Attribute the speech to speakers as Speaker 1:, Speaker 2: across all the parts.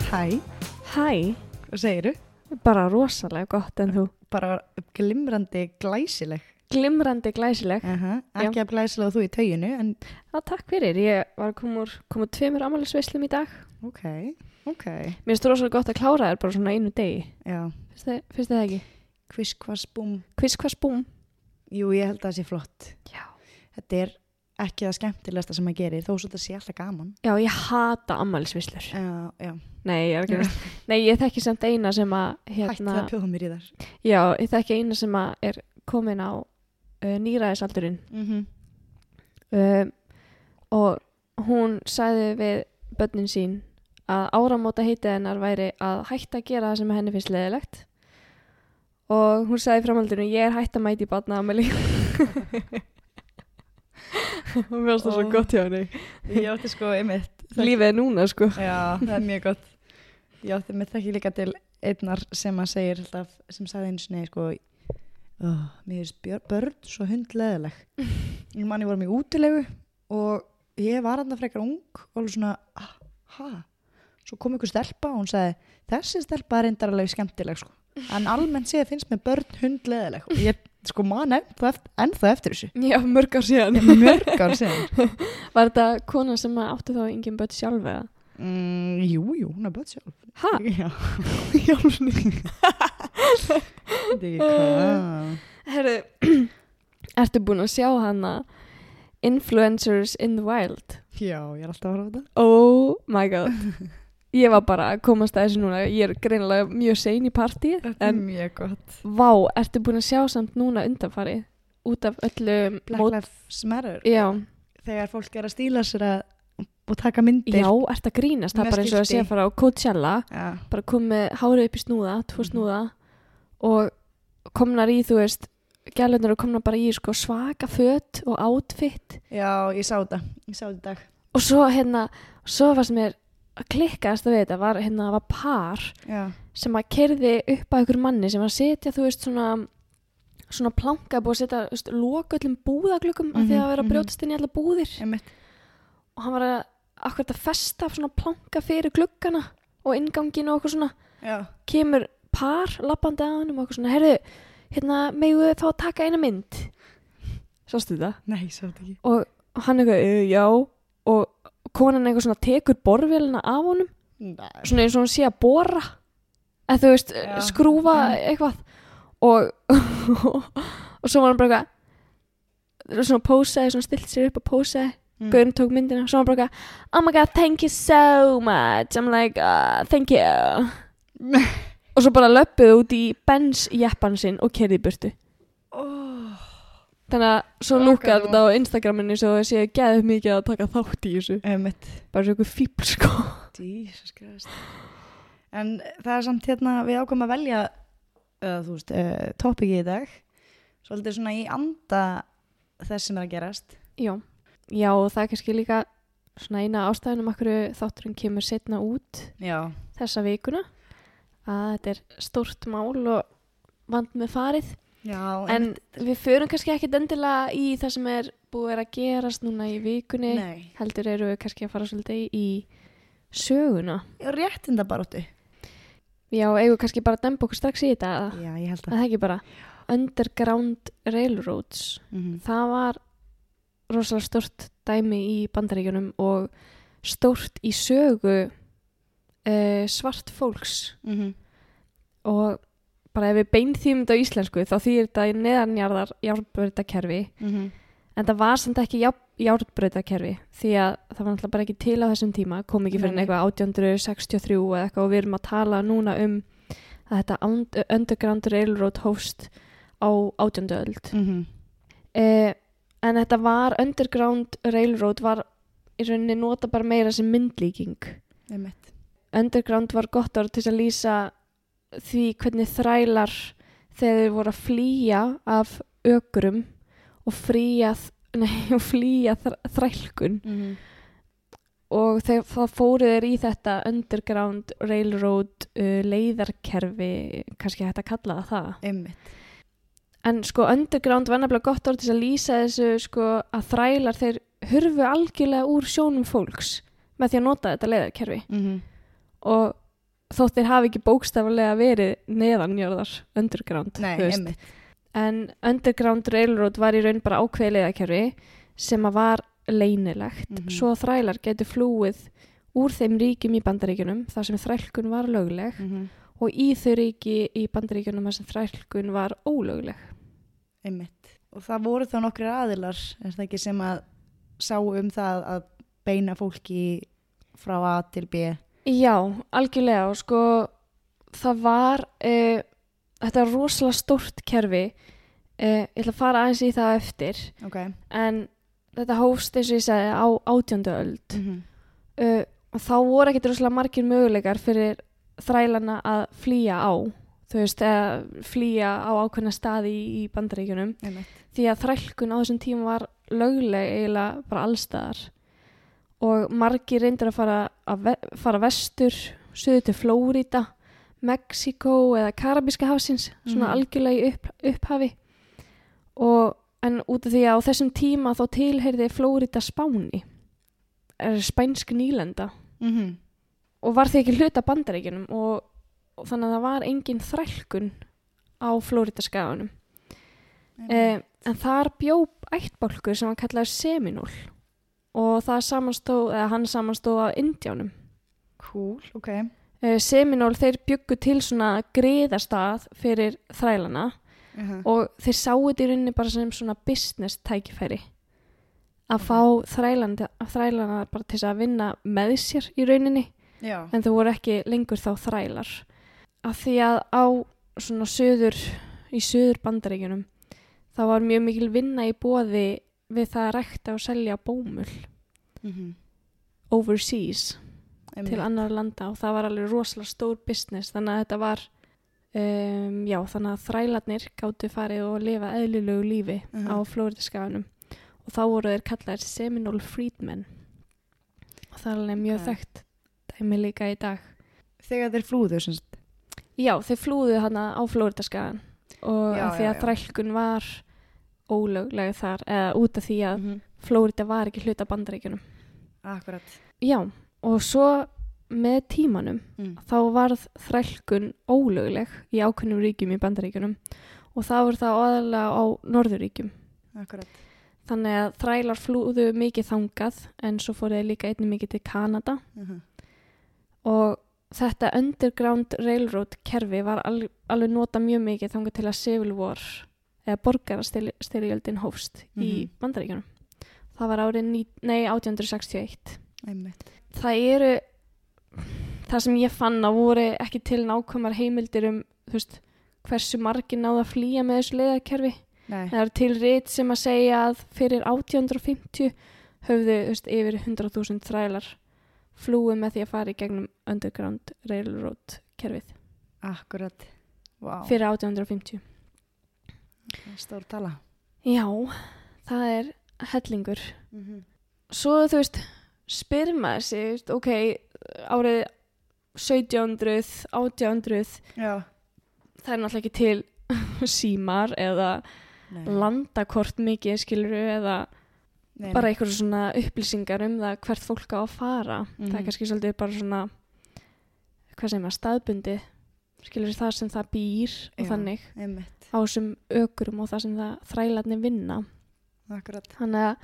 Speaker 1: Hæ,
Speaker 2: Hæ,
Speaker 1: hvað segiru?
Speaker 2: bara rosalega gott en þú
Speaker 1: Bara glimrandi glæsileg.
Speaker 2: glimrandi glæsileg.
Speaker 1: Uh -huh. Ekki af glæsileg og þú í tauginu, en
Speaker 2: Já, takk fyrir, ég var að koma úr, koma úr tveimur amálisveislum í dag.
Speaker 1: ok, ok,
Speaker 2: Mér finnst rosalega gott að klára þér bara svona einu degi.
Speaker 1: já.
Speaker 2: Finnst þið, finnst þið það ekki?
Speaker 1: Kviss, kvass, búm.
Speaker 2: Kviss hvers búm?
Speaker 1: Jú, ég held að það sé flott.
Speaker 2: Já.
Speaker 1: Þetta er ekki það skemmtilegsta sem maður gerir, þó svo þetta sé alltaf gaman.
Speaker 2: Já, ég hata amálisveislur.
Speaker 1: Já, já,
Speaker 2: Nei, ég er ekki veist. Nei, ég þekki samt eina sem að,
Speaker 1: hætti
Speaker 2: hérna,
Speaker 1: að pjóða mér í þar.
Speaker 2: já, ég þekki eina sem að er komin á uh, nýræðisaldurinn.
Speaker 1: Mm -hmm.
Speaker 2: um, og hún sagði við börnin sín að áramóta heitið hennar væri að hætta að gera það sem henni finnst leðilegt og hún sagði í framhaldinu ég er hætt að mæti í batna Amelie hún fannst það svo
Speaker 1: Ó.
Speaker 2: gott hjá henni
Speaker 1: Ég átti sko einmitt.
Speaker 2: lífið er núna sko
Speaker 1: Já, það er mjög gott. Ég átti með þekki líka til einnar sem að segir alltaf, sem sagði eins og neði sko, oh, mér finnst björ- börn svo hundleðileg. Ég manni vorum í útilegu og ég var hann frekar ung og alveg svona, ah, ha, svo kom ykkur stelpa og hún sagði, þessi stelpa er reyndar alveg skemmtileg sko. En almennt séð finnst mér börn hundleðileg og ég sko man ennþá eftir, ennþá eftir þessu.
Speaker 2: já, mörg ár síðan
Speaker 1: Mörg ár síðan.
Speaker 2: var þetta kona sem að átti þá engin börn sjálf eða?
Speaker 1: Mm, jú, jú, hún er börn sjálf.
Speaker 2: ha?
Speaker 1: Já, hjálpni Þetta er ekki hvað
Speaker 2: Eh, Herru, ertu búin að sjá hana Influencers in the Wild
Speaker 1: Já, ég er alltaf að horfa á þetta
Speaker 2: Oh my god Ég var bara að komast að þessu núna Ég er greinilega mjög sein í partíð En
Speaker 1: mjög gott
Speaker 2: vá, ertu búin að sjá samt núna undanfarið Út af öllu
Speaker 1: Black
Speaker 2: mót-
Speaker 1: Lives Matter
Speaker 2: Já,
Speaker 1: Þegar fólk er að stíla sér að og taka myndir
Speaker 2: já ertu að grínast Það
Speaker 1: Með
Speaker 2: er bara eins og að sé
Speaker 1: skilti.
Speaker 2: að fara á Coachella
Speaker 1: Já,
Speaker 2: Bara komið hárið upp í snúða, tvo
Speaker 1: Mhm.
Speaker 2: snúða Og komnar í, þú veist Gælunar eru komnar bara í sko, svaka föt og outfit
Speaker 1: já ég sá þetta Ég sá þetta í dag
Speaker 2: Og svo hérna, svo var sem er að klikkaðast að við þetta var, hérna, var par
Speaker 1: Já,
Speaker 2: sem að kerði upp að ykkur manni sem var að setja, þú veist, svona svona planka búið að setja þú veist, loka öllum búðaglökkum af því
Speaker 1: Mhm,
Speaker 2: að vera að
Speaker 1: mhm.
Speaker 2: brjótast inn í alla búðir
Speaker 1: einmitt
Speaker 2: og hann var að akkurat að festa af svona planka fyrir gluggana og ingangin og okkur svona
Speaker 1: Já,
Speaker 2: kemur par lappandi að hann og okkur svona, herðu, hérna megum við fá að taka eina mynd Sástu þetta?
Speaker 1: nei, ég sá þetta ekki
Speaker 2: Og hann eitthvað, "Eh, já og konan eitthvað svona tekur borðvélina af honum
Speaker 1: Nei
Speaker 2: svona eins og hún sé að bóra eða þú veist,
Speaker 1: Já.
Speaker 2: skrúfa eitthvað og og svo var hann bara eitthvað svona pósaði, svona stilt sér upp og pósaði
Speaker 1: Mm.
Speaker 2: Gaurin tók myndina, svo var hann bara eitthvað oh my god, thank you so much I'm like, uh, thank you og svo bara löppuðu út í Benz jeppan sinn og kerði í burtu
Speaker 1: oh.
Speaker 2: þannig að svo
Speaker 1: Ok,
Speaker 2: lúkaði
Speaker 1: þú-
Speaker 2: þetta á Instagraminu svo þessi ég geðið mikið að taka þátt í þessu
Speaker 1: Einmitt
Speaker 2: bara svo ykkur fíbl sko
Speaker 1: Jesus Christ En það er samt hérna við ákvæm að velja uh, þú veist, uh, topiki í dag svolítið svona í anda þess sem er að gerast
Speaker 2: Já, já og það er kannski líka svona eina ástæðunum okkur þátturinn kemur setna út
Speaker 1: Já,
Speaker 2: þessa vikuna að þetta er stórt mál og vand með farið
Speaker 1: já
Speaker 2: en við förum kannski ekkit endilega í það sem er búið að gerast núna í vikunni
Speaker 1: Nei,
Speaker 2: heldur eru við kannski að fara svolítið í söguna
Speaker 1: réttinda baróttu
Speaker 2: Já, eigum við kannski bara að demba okkur strax í þetta að
Speaker 1: Já, ég held
Speaker 2: að það ekki bara Underground Railroads
Speaker 1: Mhm,
Speaker 2: það var rosalega stort dæmi í bandaríkjunum og stort í sögu uh, svart fólks
Speaker 1: mhm,
Speaker 2: og bara ef við beinþýjum þetta á íslensku þá þýðir þetta í neðanjarðar járnbrautakerfi
Speaker 1: mhm,
Speaker 2: en það var samt ekki járnbrautakerfi því að það var náttúrulega bara ekki til á þessum tíma kom ekki fyrir
Speaker 1: Nei, nei.
Speaker 2: eitthvað 1863 eða eitthvað og við erum að tala núna um að þetta und- underground railroad hófst á 18. öld
Speaker 1: mhm.
Speaker 2: uh, en þetta var Underground Railroad var í rauninni nota bara meira sem myndlíking
Speaker 1: Einmitt
Speaker 2: Underground var gott orð til þess að lýsa því hvernig þrælar þegar þeir voru að flýja af ökrum og fríja nei, og flýja þr þrælkun og þegar það fóru þeir í þetta Underground Railroad uh, leiðarkerfi, kannski hægt að kalla það það
Speaker 1: Einmitt
Speaker 2: En sko underground var nefnilega gott orð til þess að lýsa þessu sko að þrælar þeir hurfu
Speaker 1: Mhm.
Speaker 2: algjörlega úr sjónum fólks með því að nota þetta leiðarkerfi og þótt þeir hafi ekki bókstaflega verið neðanjörðar underground
Speaker 1: Nei,
Speaker 2: þú veist.
Speaker 1: einmitt.
Speaker 2: en underground railroad var í raun bara ákveðleiðakerfi sem að var leynilegt
Speaker 1: Mhm.
Speaker 2: svo að þrælar geti flúið úr þeim ríkjum í bandaríkjunum þar sem þrælkun var lögleg
Speaker 1: Mhm.
Speaker 2: og í þau ríki í bandaríkjunum þar sem þrælkun var ólögleg
Speaker 1: einmitt. Og það voru þá nokkri aðilar, er það ekki sem að sá um það að beina fólki frá A til B.
Speaker 2: Já, algjörlega og sko það var uh, þetta er rosalega stórt kerfi uh, ég ætla að fara aðeins í það á eftir
Speaker 1: Ok.
Speaker 2: en þetta hófst eins og ég segi á átjöndu öld
Speaker 1: Mhm.
Speaker 2: uh, og þá voru ekkit rosalega margir möguleikar fyrir þrælana að flýja á þú veist, eða flýja á ákveðna staði í, í bandaríkjunum
Speaker 1: Einmitt.
Speaker 2: því að þrælkun á þessum tíma var lögleg eiginlega bara allstaðar og margir reyndir að fara, að ve fara vestur suður til Flórida Mexíkó eða Karabíska hafsins svona
Speaker 1: Mhm.
Speaker 2: algjörlega í upp, upphafi og en út af því að á þessum tíma þá tilheyrði Flórida Spáni er spænsk nýlenda
Speaker 1: Mhm.
Speaker 2: og var því ekki hluta bandaríkjunum og, og þannig að það var engin þrælkun á Flórida skaganum
Speaker 1: Einmitt.
Speaker 2: Eh, en þar bjó ættbálkur sem hann kallaði Seminól og það samanstóð, eða hann samanstóð af indjánum.
Speaker 1: Cool, ok.
Speaker 2: Eh, Seminól þeir byggu til svona griðastað fyrir þrælana
Speaker 1: Uh
Speaker 2: og þeir sáu þetta í rauninni bara sem svona business tækifæri að
Speaker 1: Ok.
Speaker 2: fá þrælana, þrælana bara til þess að vinna með sér í rauninni
Speaker 1: Já.
Speaker 2: en þau voru ekki lengur þá þrælar af því að á svona söður í söður bandaríkjunum þá var mjög mikil vinna í bóði við það að rækta og selja bómull
Speaker 1: Mhm.
Speaker 2: overseas til
Speaker 1: Einmitt.
Speaker 2: annar landa og það var alveg rosalega stór business þannig að þetta var um, já þannig að þrælarnir gáttu farið og lifa eðlilegu lífi
Speaker 1: Mhm.
Speaker 2: á Flóridaskaganum og þá voru þeir kallaðir Seminole Freedmen og það er alveg mjög
Speaker 1: Ok.
Speaker 2: þekkt dæmi líka í dag
Speaker 1: Þegar þeir flúðu, sem sagt.
Speaker 2: Já, þeir flúðu hana á Flóridaskagan og
Speaker 1: Já,
Speaker 2: já, því
Speaker 1: já,
Speaker 2: að
Speaker 1: já.
Speaker 2: þrælkun var ólöglega þar eða út af því að
Speaker 1: Mhm.
Speaker 2: Flórida var ekki hluta bandaríkjunum.
Speaker 1: Akkurat.
Speaker 2: Já, og svo með tímanum
Speaker 1: Mm.
Speaker 2: þá varð þrælkun ólögleg í ákveðnum ríkjum í bandaríkjunum og það voru það aðalega á norðuríkjum.
Speaker 1: Akkurat.
Speaker 2: Þannig að þrælar flúðu mikið þangað en svo fóru þeir líka einnig mikið til Kanada
Speaker 1: Uh
Speaker 2: og þetta underground railroad kerfi var al alveg nota mjög mikið þangar til að Civil War eða borgarastyrjöldin hófst í
Speaker 1: Mhm.
Speaker 2: bandaríkjunum. Það var árið ní- nei, 1861.
Speaker 1: Einmitt.
Speaker 2: Það eru, það sem ég fann að voru ekki til nákvæmar heimildir um þú veist, hversu margir náðu að flýja með þessu leiðakerfi.
Speaker 1: Nei.
Speaker 2: Það eru til rétt sem að segja að fyrir 1850 höfðu þú veist, yfir 100.000 þrælar flúið með því að fara í gegnum underground railroad kerfið
Speaker 1: Akkurat. Vá. Wow.
Speaker 2: fyrir 1850.
Speaker 1: Stór tala.
Speaker 2: Já, það er hellingur.
Speaker 1: Mm -hmm.
Speaker 2: Svo þú veist, spyr maður sig, þú veist, ok, árið 1700, 1800,
Speaker 1: Já.
Speaker 2: það er náttúrulega ekki til símar eða
Speaker 1: Nei.
Speaker 2: landakort mikið skiluru eða
Speaker 1: Nei,
Speaker 2: bara
Speaker 1: nei.
Speaker 2: einhverjum svona upplýsingar um það hvert fólk á að fara það
Speaker 1: Mhm.
Speaker 2: er kannski svolítið bara svona hvað segir maður, staðbundi skilur það sem það býr og
Speaker 1: Já.
Speaker 2: þannig
Speaker 1: Einmitt.
Speaker 2: á þessum ökurum og það sem það þrælarnir vinna
Speaker 1: Akkurat.
Speaker 2: þannig að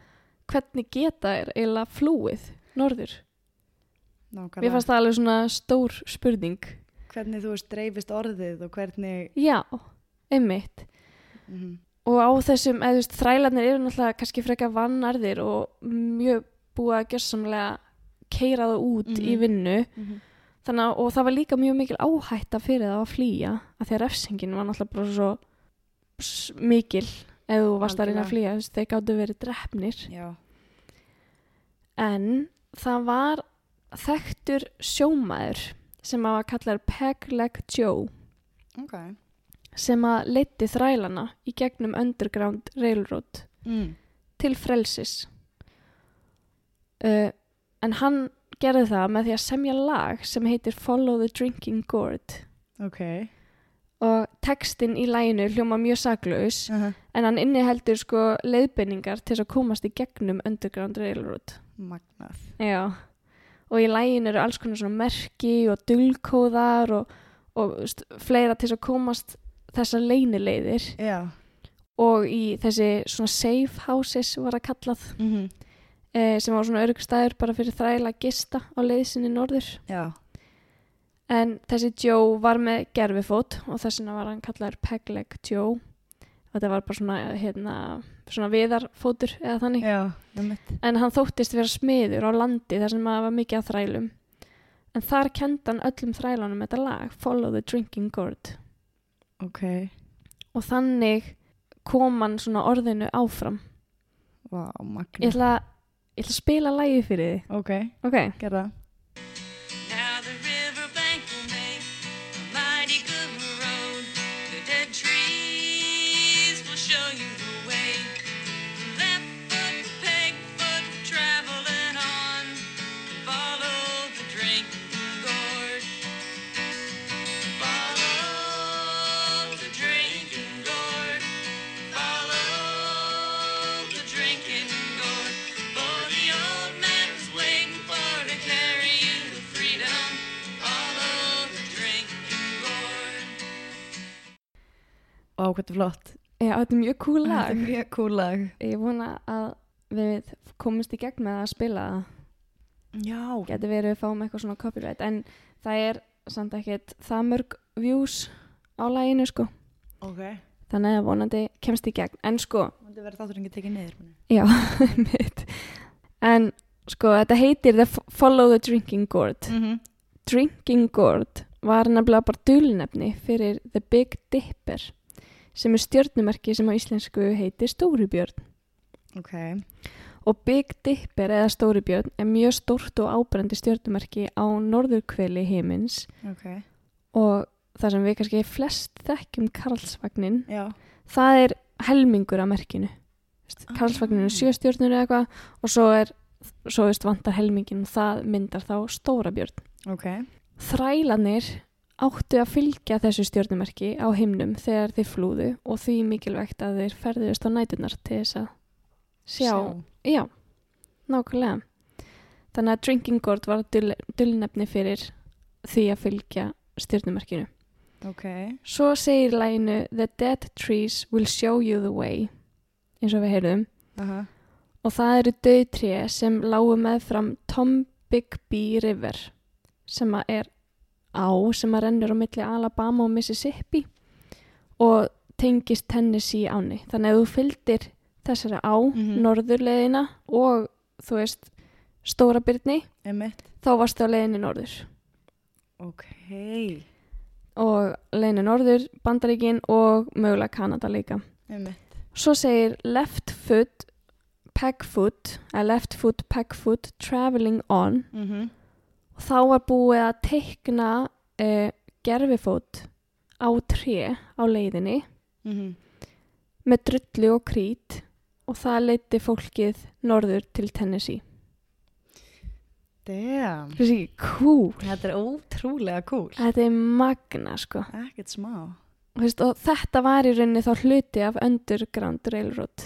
Speaker 2: hvernig geta er eiginlega flúið norður
Speaker 1: Nákvæmlega.
Speaker 2: mér fannst það alveg svona stór spurning
Speaker 1: Hvernig þú veist dreifist orðið og hvernig...
Speaker 2: já, einmitt
Speaker 1: Mm -hmm.
Speaker 2: og á þessum, eða þú veist, þrælarnir eru náttúrulega kannski frekar vannarðir og mjög búið að gjörsamlega keira það út í
Speaker 1: Mhm.
Speaker 2: vinnu
Speaker 1: Mm -hmm.
Speaker 2: Þannig að, og það var líka mjög mikil áhætta fyrir það að flýja, að því að refsingin var náttúrulega bara svo s- mikil ef þú varst að reyna að
Speaker 1: Algjörlega.
Speaker 2: flýja, þú veist, þeir gáttu verið drefnir.
Speaker 1: Já.
Speaker 2: En það var þekktur sjómaður sem að var kallar Peg Leg Joe
Speaker 1: Ok.
Speaker 2: sem að leiti þrælana í gegnum Underground Railroad
Speaker 1: Mm.
Speaker 2: til frelsis. Uh, en hann gerði það með því að semja lag sem heitir Follow the Drinking Gourd.
Speaker 1: Ok.
Speaker 2: og textin í læginu hljóma mjög saklaus
Speaker 1: Uh -huh.
Speaker 2: en hann inniheldur sko leiðbeiningar til þess að komast í gegnum Underground Railroad
Speaker 1: Magnað.
Speaker 2: Já, og í lægin eru alls konar svona merki og dulkóðar og, og þú veist, fleira til þess að komast þessar leynilegðir
Speaker 1: já,
Speaker 2: og í þessi svona safe houses var það kallað
Speaker 1: mm
Speaker 2: eh, sem var svona örgstæður bara fyrir þræla gista á leiðsinni norður
Speaker 1: já,
Speaker 2: en þessi Joe var með gerfifót og þess vegna var hann kallaður Pegleg Joe þetta var bara svona, hérna, svona viðarfótur eða þannig
Speaker 1: já, einmitt.
Speaker 2: en hann þóttist vera smiður á landi þar sem að var mikið að þrælum en þar kendi hann öllum þrælanum þetta lag Follow the Drinking Gourd
Speaker 1: ok,
Speaker 2: og þannig kom hann svona orðinu áfram
Speaker 1: vá,
Speaker 2: ég
Speaker 1: magna
Speaker 2: ætla, ég ætla að spila lagi fyrir þið
Speaker 1: ok,
Speaker 2: ok,
Speaker 1: gerða
Speaker 3: Now the riverbank will make a mighty good road. The dead trees will show you the way. Left foot, peg foot, traveling on. Follow the drinking gourd. Follow the drinking gourd. Follow the drinking gourd. For the old man's waiting for to carry you to freedom. Follow the drinking gourd.
Speaker 1: Vá, hvað er flott
Speaker 2: já, þetta er mjög cool
Speaker 1: Þetta er
Speaker 2: lag
Speaker 1: mjög cool lag
Speaker 2: ég vona að við komumst í gegn með að spila það
Speaker 1: já,
Speaker 2: getur verið að fáum eitthvað svona copyright en það er samt ekkert það mörg views á laginu sko
Speaker 1: ok
Speaker 2: þannig að vonandi kemst í gegn en sko,
Speaker 1: þetta verður þáttur engið tekið niður
Speaker 2: já, mitt en sko, þetta heitir the Follow the Drinking Gourd
Speaker 1: mm -hmm.
Speaker 2: Drinking Gourd var nefnilega bara dulnefni fyrir The Big Dipper sem er stjörnumerki sem á íslensku heitir Stóribjörn
Speaker 1: ok,
Speaker 2: og Big Dipper eða Stóribjörn er mjög stórt og ábrendi stjörnumerki á norðurkveli himins
Speaker 1: ok,
Speaker 2: og það sem við kannski flest þekkjum Karlsvagnin,
Speaker 1: já
Speaker 2: það er helmingur af merkinu. Ah. Karlsvagnin er sjö stjörnur eða eitthvað og svo er, svo veist, vantar helmingin og það myndar þá stóra björn.
Speaker 1: ok,
Speaker 2: Þrælanir áttu að fylgja þessu stjörnumerki á himnum þegar þeir flúðu og því mikilvægt að þeir ferðuðust á nætunar til þess að sjá. Já, nákvæmlega. Þannig að Drinking Gourd var dul, dulnefni fyrir því að fylgja stjörnumerkinu.
Speaker 1: ok,
Speaker 2: Svo segir læginu The dead trees will show you the way eins og við heyrðum
Speaker 1: aha,
Speaker 2: og það eru döðtré sem lágu með fram Tombigbee River sem að er á sem að rennur á milli Alabama og Mississippi og tengist Tennessee áni þannig að þú fylgdir þessari á
Speaker 1: Mhm.
Speaker 2: norðurleiðina og þú veist stóra byrni
Speaker 1: emitt
Speaker 2: þá varstu á leiðinni norður
Speaker 1: ok,
Speaker 2: og leiðinni norður, Bandaríkin og mögulega Kanada líka
Speaker 1: emitt
Speaker 2: Svo segir left foot, peg foot, eða left foot, peg foot, traveling on.
Speaker 1: mm -hmm.
Speaker 2: Og þá var búið að teikna uh, gerfifót á tré á leiðinni
Speaker 1: Mm
Speaker 2: Mhm.
Speaker 1: -hmm.
Speaker 2: með drullu og krít og það leiti fólkið norður til Tennessee.
Speaker 1: damn
Speaker 2: Fyrir sig, cool.
Speaker 1: Þetta er ótrúlega cool.
Speaker 2: Þetta er magna, sko.
Speaker 1: Ekkert smá.
Speaker 2: Og, veist, og þetta var í rauninni þá hluti af Underground Railroad.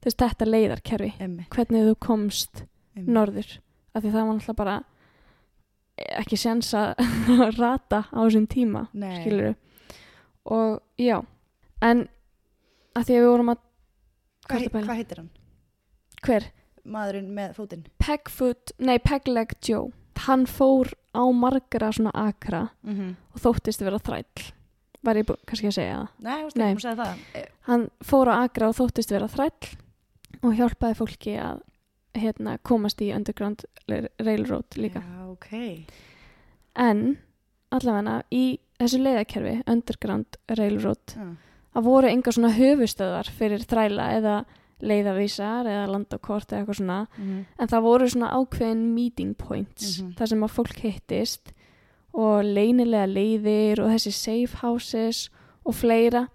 Speaker 2: Þú veist, þetta leiðarkerfi.
Speaker 1: Emmi.
Speaker 2: Hvernig þú komst
Speaker 1: emmi.
Speaker 2: norður af því það var náttúrulega bara eh, ekki sens að rata á þessum tíma
Speaker 1: Nei.
Speaker 2: skilur og já en að því að við vorum að
Speaker 1: Hvað
Speaker 2: Hvað ertu að
Speaker 1: hei-
Speaker 2: pæla?
Speaker 1: hvað heitir hann?
Speaker 2: hver?
Speaker 1: Maðurinn með fótinn.
Speaker 2: Pegfoot, nei Pegleg Joe hann fór á margra svona akra
Speaker 1: Mm -hmm.
Speaker 2: og þóttist vera þræll var ég bú, kannski að segja það
Speaker 1: Nei, þú veist
Speaker 2: Nei.
Speaker 1: ekki, hún sagði það.
Speaker 2: hann fór á akra og þóttist vera þræll og hjálpaði fólki að hérna, komast í Underground Railroad líka
Speaker 1: Já, ok.
Speaker 2: en allavega í þessu leiðakerfi Underground Railroad
Speaker 1: Já.
Speaker 2: að voru enga svona höfustöðar fyrir þræla eða leiðavísar eða landakort eða eitthvað svona
Speaker 1: Mm
Speaker 2: en það voru svona ákveðin meeting points
Speaker 1: Mhm.
Speaker 2: þar sem að fólk hittist og leynilega leiðir og þessi safe houses og fleira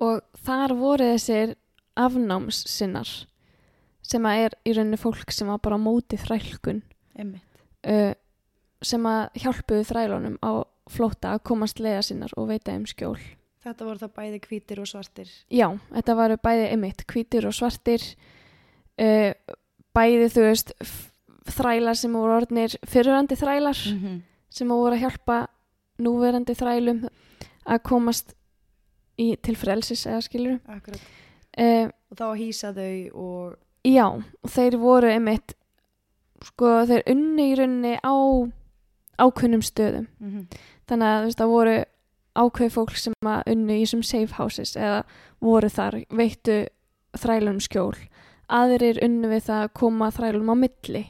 Speaker 2: og þar voru þessir afnámssinnar sem að er í rauninni fólk sem var bara á móti þrælkun
Speaker 1: Emmi.
Speaker 2: uh, sem að hjálpuðu þrælunum á flóta að komast leiða sinnar og veita um skjól.
Speaker 1: Þetta voru þá bæði hvítir og svartir.
Speaker 2: Já, þetta varu bæði einmitt, hvítir og svartir, uh, bæði þú veist f- þrælar sem voru orðnir fyrrverandi þrælar
Speaker 1: Mm.
Speaker 2: sem voru að hjálpa núverandi þrælum að komast í, til frelsis eða skilur
Speaker 1: Akkurat.
Speaker 2: uh,
Speaker 1: Og þá að hýsa þau og...
Speaker 2: Já, og þeir voru einmitt sko, þeir unni í runni á ákunnum stöðum
Speaker 1: Mm
Speaker 2: þannig að þú veist, það voru ákveð fólk sem að unnu í þessum safe houses eða voru þar, veittu þrælum skjól aðrir unnu við það að koma þrælum á milli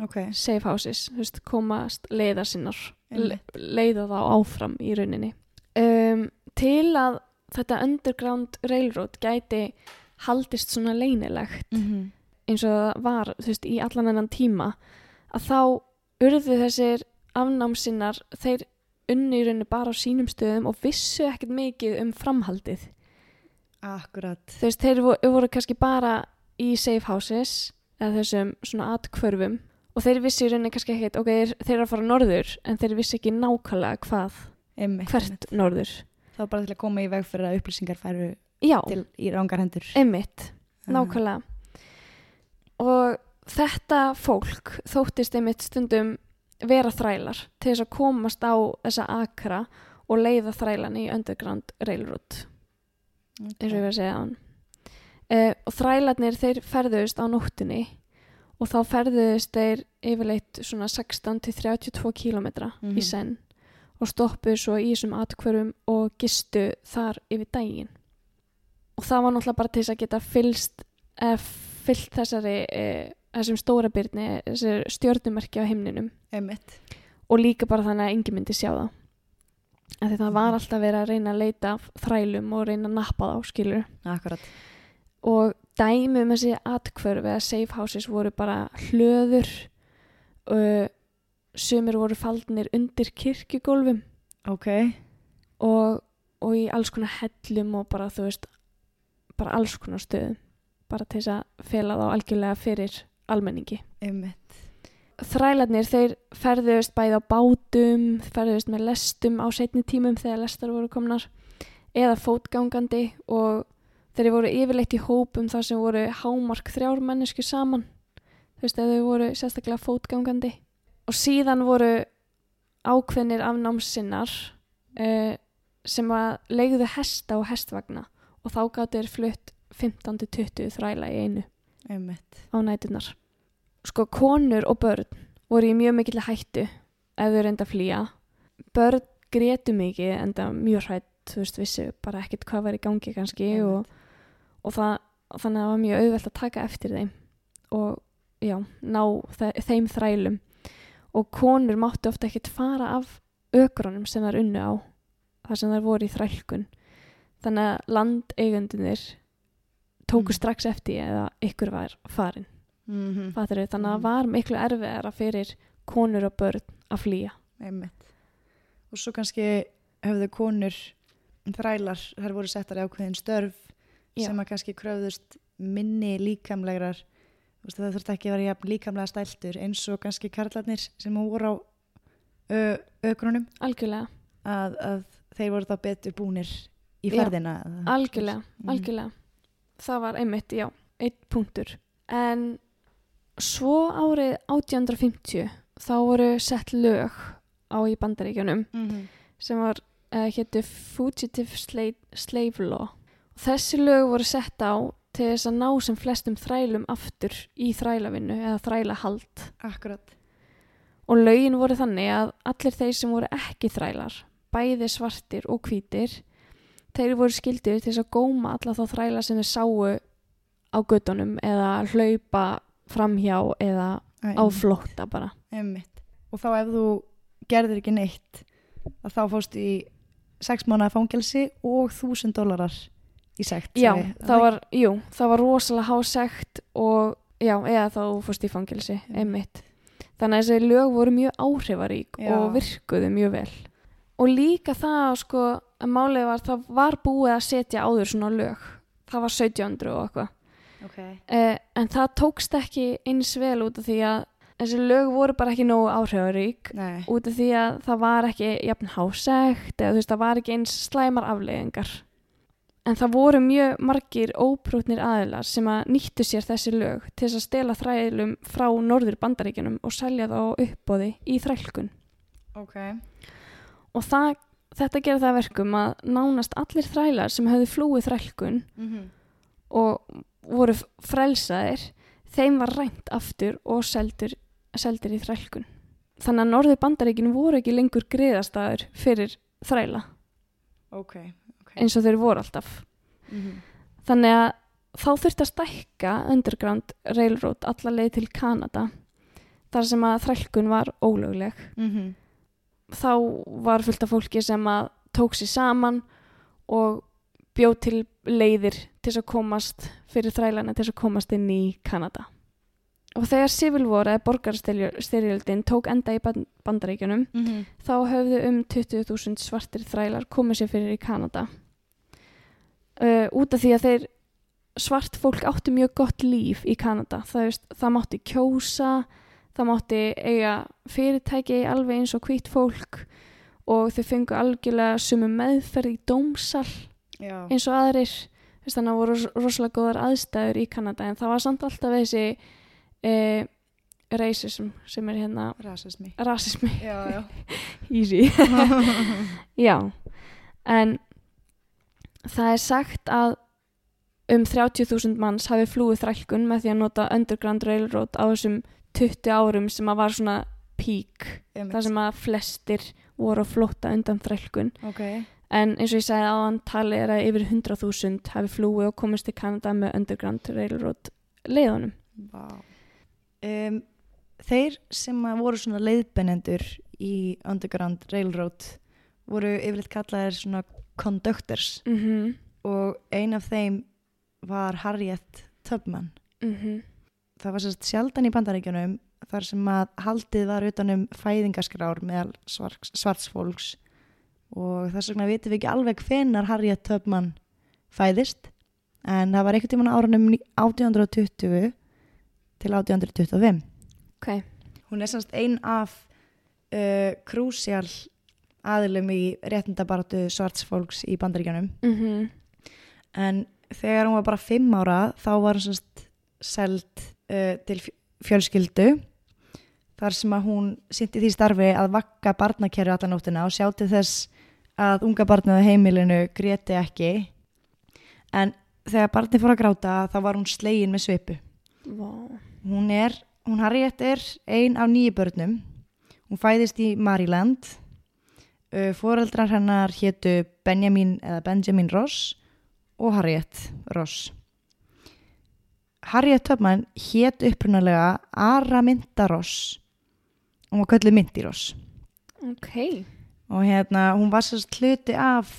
Speaker 1: Ok,
Speaker 2: safe houses, þú veist, komast leiða sinnar, le
Speaker 1: einmitt.
Speaker 2: leiða þá áfram í rauninni um, til að þetta underground railroad gæti haldist svona leynilegt
Speaker 1: Mhm.
Speaker 2: eins og það var þú veist, í allan ennan tíma að þá urðu þessir afnámsinnar, þeir unni í rauninu bara á sínum stöðum og vissu ekkert mikið um framhaldið
Speaker 1: Akkurat.
Speaker 2: þú veist, þeir voru, voru kannski bara í safe houses eða þessum svona atkvörfum og þeir vissu í rauninu kannski ekkert, ok, þeir, þeir eru að fara norður en þeir vissu ekki nákvæmlega hvað
Speaker 1: Einmitt.
Speaker 2: hvert norður
Speaker 1: Það var bara til að koma í veg fyrir að upplýsingar færu
Speaker 2: já,
Speaker 1: til í rángar hendur. Ah,
Speaker 2: einmitt Nákvæmlega. Og þetta fólk þóttist einmitt stundum vera þrælar til þess að komast á þessa akra og leiða þrælan í Underground Railroad, eins og ég
Speaker 1: Okay.
Speaker 2: var að segja án. Uh, og þrælarnir þeir ferðuðust á nóttinni og þá ferðuðust þeir yfirleitt svona 16-32 kilometra
Speaker 1: Mhm.
Speaker 2: í senn og stoppuðu svo í þessum atkvörum og gistu þar yfir daginn og það var náttúrulega bara til þess að geta fylst, eh, fyllt þessari eh, þessum stóra byrni þessar stjörnumerki á himninum
Speaker 1: Einmitt.
Speaker 2: og líka bara þannig að enginn myndi sjá það af því það var alltaf verið að reyna að leita af þrælum og reyna að nappa þá skilur
Speaker 1: Akkurat.
Speaker 2: og dæmi um þessi atkvörf eða safe houses voru bara hlöður uh, sumir voru faldnir undir kirkjugólfum
Speaker 1: Ok.
Speaker 2: og, og í alls konar hellum og bara þú veist bara alls konar stöðum bara til þess að fela þá algjörlega fyrir almenningi.
Speaker 1: Einmitt.
Speaker 2: Þrælarnir þeir ferðuðust bæði á bátum ferðuðust með lestum á setni tímum þegar lestar voru komnar eða fótgangandi og þeir voru yfirleitt í hópum þar sem voru hámark þrjár mennesku saman þú veist að þau voru sérstaklega fótgangandi og síðan voru ákveðnir afnámsinnar uh, sem að legðu hesta og hestvagna og þá gáttu þeir flutt 15-20 þræla í einu
Speaker 1: Einmitt.
Speaker 2: á nætunar. Sko konur og börn voru í mjög mikill hættu ef þau reynda að flýja. Börn grétu mikið en það mjög hrætt, þú veist, vissu bara ekkert hvað var í gangi kannski og, og það, þannig að það var mjög auðvelt að taka eftir þeim og já, ná þe þeim þrælum og konur máttu ofta ekkert fara af ökrunum sem þær unnu á þar sem þær voru í þrælkun þannig að landeigundinir tóku
Speaker 1: Mm.
Speaker 2: strax eftir eða ykkur var farin
Speaker 1: Mm -hmm.
Speaker 2: fattur, þannig að
Speaker 1: Mm.
Speaker 2: það var miklu erfiðara fyrir konur og börn að flýja
Speaker 1: Einmitt. Og svo kannski höfðu konur þrælar, þær voru settar í ákveðin störf
Speaker 2: Já.
Speaker 1: sem að kannski kröfðust minni líkamlegrar Þú veist, það þurfti ekki að vera jafn líkamlega stæltur eins og kannski karlarnir sem voru á ö, ökrunum
Speaker 2: algjörlega,
Speaker 1: að, að þeir voru þá betur búnir í
Speaker 2: Já.
Speaker 1: ferðina
Speaker 2: Mm.
Speaker 1: eða-
Speaker 2: algjörlega,
Speaker 1: Mhm.
Speaker 2: algjörlega það var einmitt, já, einn punktur en svo árið 1850 þá voru sett lög á í bandaríkjunum
Speaker 1: Mhm.
Speaker 2: sem var uh, héttu Fugitive Slave, Slave Law og þessi lög voru sett á til þess að ná sem flestum þrælum aftur í þrælavinnu eða þrælahald
Speaker 1: Akkurat
Speaker 2: og lögin voru þannig að allir þeir sem voru ekki þrælar bæði svartir og hvítir þeir voru skildir til þess að góma alla þá þræla sem þeir sáu á göttunum eða hlaupa framhjá eða
Speaker 1: Æ,
Speaker 2: á flótta bara
Speaker 1: einmitt. Og þá ef þú gerðir ekki neitt að þá fórstu í sex mánuða fangelsi og þúsund dólarar í sekt
Speaker 2: Já,
Speaker 1: sagði-
Speaker 2: það var, jú, það var rosalega hásegt og já, eða þá fórst í fangelsi, einmitt. Þannig að þessi lög voru mjög áhrifarík
Speaker 1: Já.
Speaker 2: og virkuðu mjög vel. Og líka það, sko, að málið var, það var búið að setja áður svona lög. Það var 1700 og eitthvað.
Speaker 1: okay.
Speaker 2: Eh, en það tókst ekki eins vel út af því að þessi lög voru bara ekki nógu áhrifarík
Speaker 1: Nei,
Speaker 2: út af því að það var ekki jafn hásegt eða þú veist, það var ekki eins slæmar afleðingar. en það voru mjög margir óprútnir aðilar sem að nýttu sér þessi lög til þess að stela þrælum frá norður bandaríkjunum og selja þá á uppbóði í þrælkun
Speaker 1: Ok.
Speaker 2: og það, þetta gera það að verkum að nánast allir þrælar sem höfðu flúið þrælkun og voru f- frelsaðir þeim var rænt aftur og seldur, seldur í þrælkun þannig að norður bandaríkin voru ekki lengur greiðastæður fyrir þræla
Speaker 1: Ok.
Speaker 2: eins og þeir voru alltaf Mhm. Þannig að þá þurfti að stækka Underground Railroad alla leið til Kanada þar sem að þrælkun var ólögleg.
Speaker 1: Mhm.
Speaker 2: Þá var fullt af fólki sem að tók sér saman og bjóð til leiðir til þess að komast fyrir þrælana til þess að komast inn í Kanada. Og þegar Civil War eða borgarstyrjöldin tók enda í ban- bandaríkjunum þá höfðu um 20.000 svartir þrælar komið sér fyrir í Kanada uh, út af því að þeir svart fólk áttu mjög gott líf í Kanada það, veist, það mátti kjósa það mátti eiga fyrirtæki alveg eins og hvít fólk og þau fengu algjörlega sumu meðferð í dómsal
Speaker 1: Já.
Speaker 2: eins og aðrir Þú veist, þannig að voru ros- rosalega góðar aðstæður í Kanada en það var samt alltaf þessi uh, racism sem er hérna
Speaker 1: Rasismi.
Speaker 2: rasismi
Speaker 1: Já, já.
Speaker 2: easy Já, en það er sagt að um 30.000 manns hafi flúið þrælkun með því að nota Underground Railroad á þessum 20 árum sem að var svona peak, þar sem að flestir voru að flótta undan þrælkun
Speaker 1: Ok.
Speaker 2: en eins og ég sagði áðan talið er að yfir 100.000 hafi flúið og komist til Kanada með Underground Railroad leiðunum.
Speaker 1: Vá. Um, þeir sem að voru svona leiðbenendur í Underground Railroad voru yfirleitt kallaðir svona conductors
Speaker 2: Mm -hmm.
Speaker 1: og ein af þeim var Harriet Tubman.
Speaker 2: Mm -hmm.
Speaker 1: Það var sérst sjaldan í bandaríkjunum þar sem að haldið var utanum fæðingaskrár meðal svarks, svartsfólks og þess vegna vitum við ekki alveg hvenar Harriet Tubman fæðist en það var einhvern tímann á árunum ní- 1820 til 1825.
Speaker 2: Ok,
Speaker 1: Hún er semst ein af uh, krúsjál aðilum í réttindabaratu svartsfólks í bandaríkjunum
Speaker 2: mm
Speaker 1: en þegar hún var bara fimm ára þá var hún semst seld uh, til fj- fjölskyldu þar sem að hún sýndi því starfi að vakka barnakerju alla nóttina og sjá til þess að unga barnaði heimilinu greti ekki en þegar barni fór að gráta þá var hún slegin með svipu
Speaker 2: Vá.
Speaker 1: hún er, hún Harriet er ein af nýju börnum hún fæðist í Maryland uh, foreldrar hennar hétu Benjamin eða Benjamin Ross og Harriet Ross Harriet Tubman hét upprunalega Araminta Ross hún var kölluð Minty Ross
Speaker 2: Ok,
Speaker 1: og hérna hún var sérst hluti af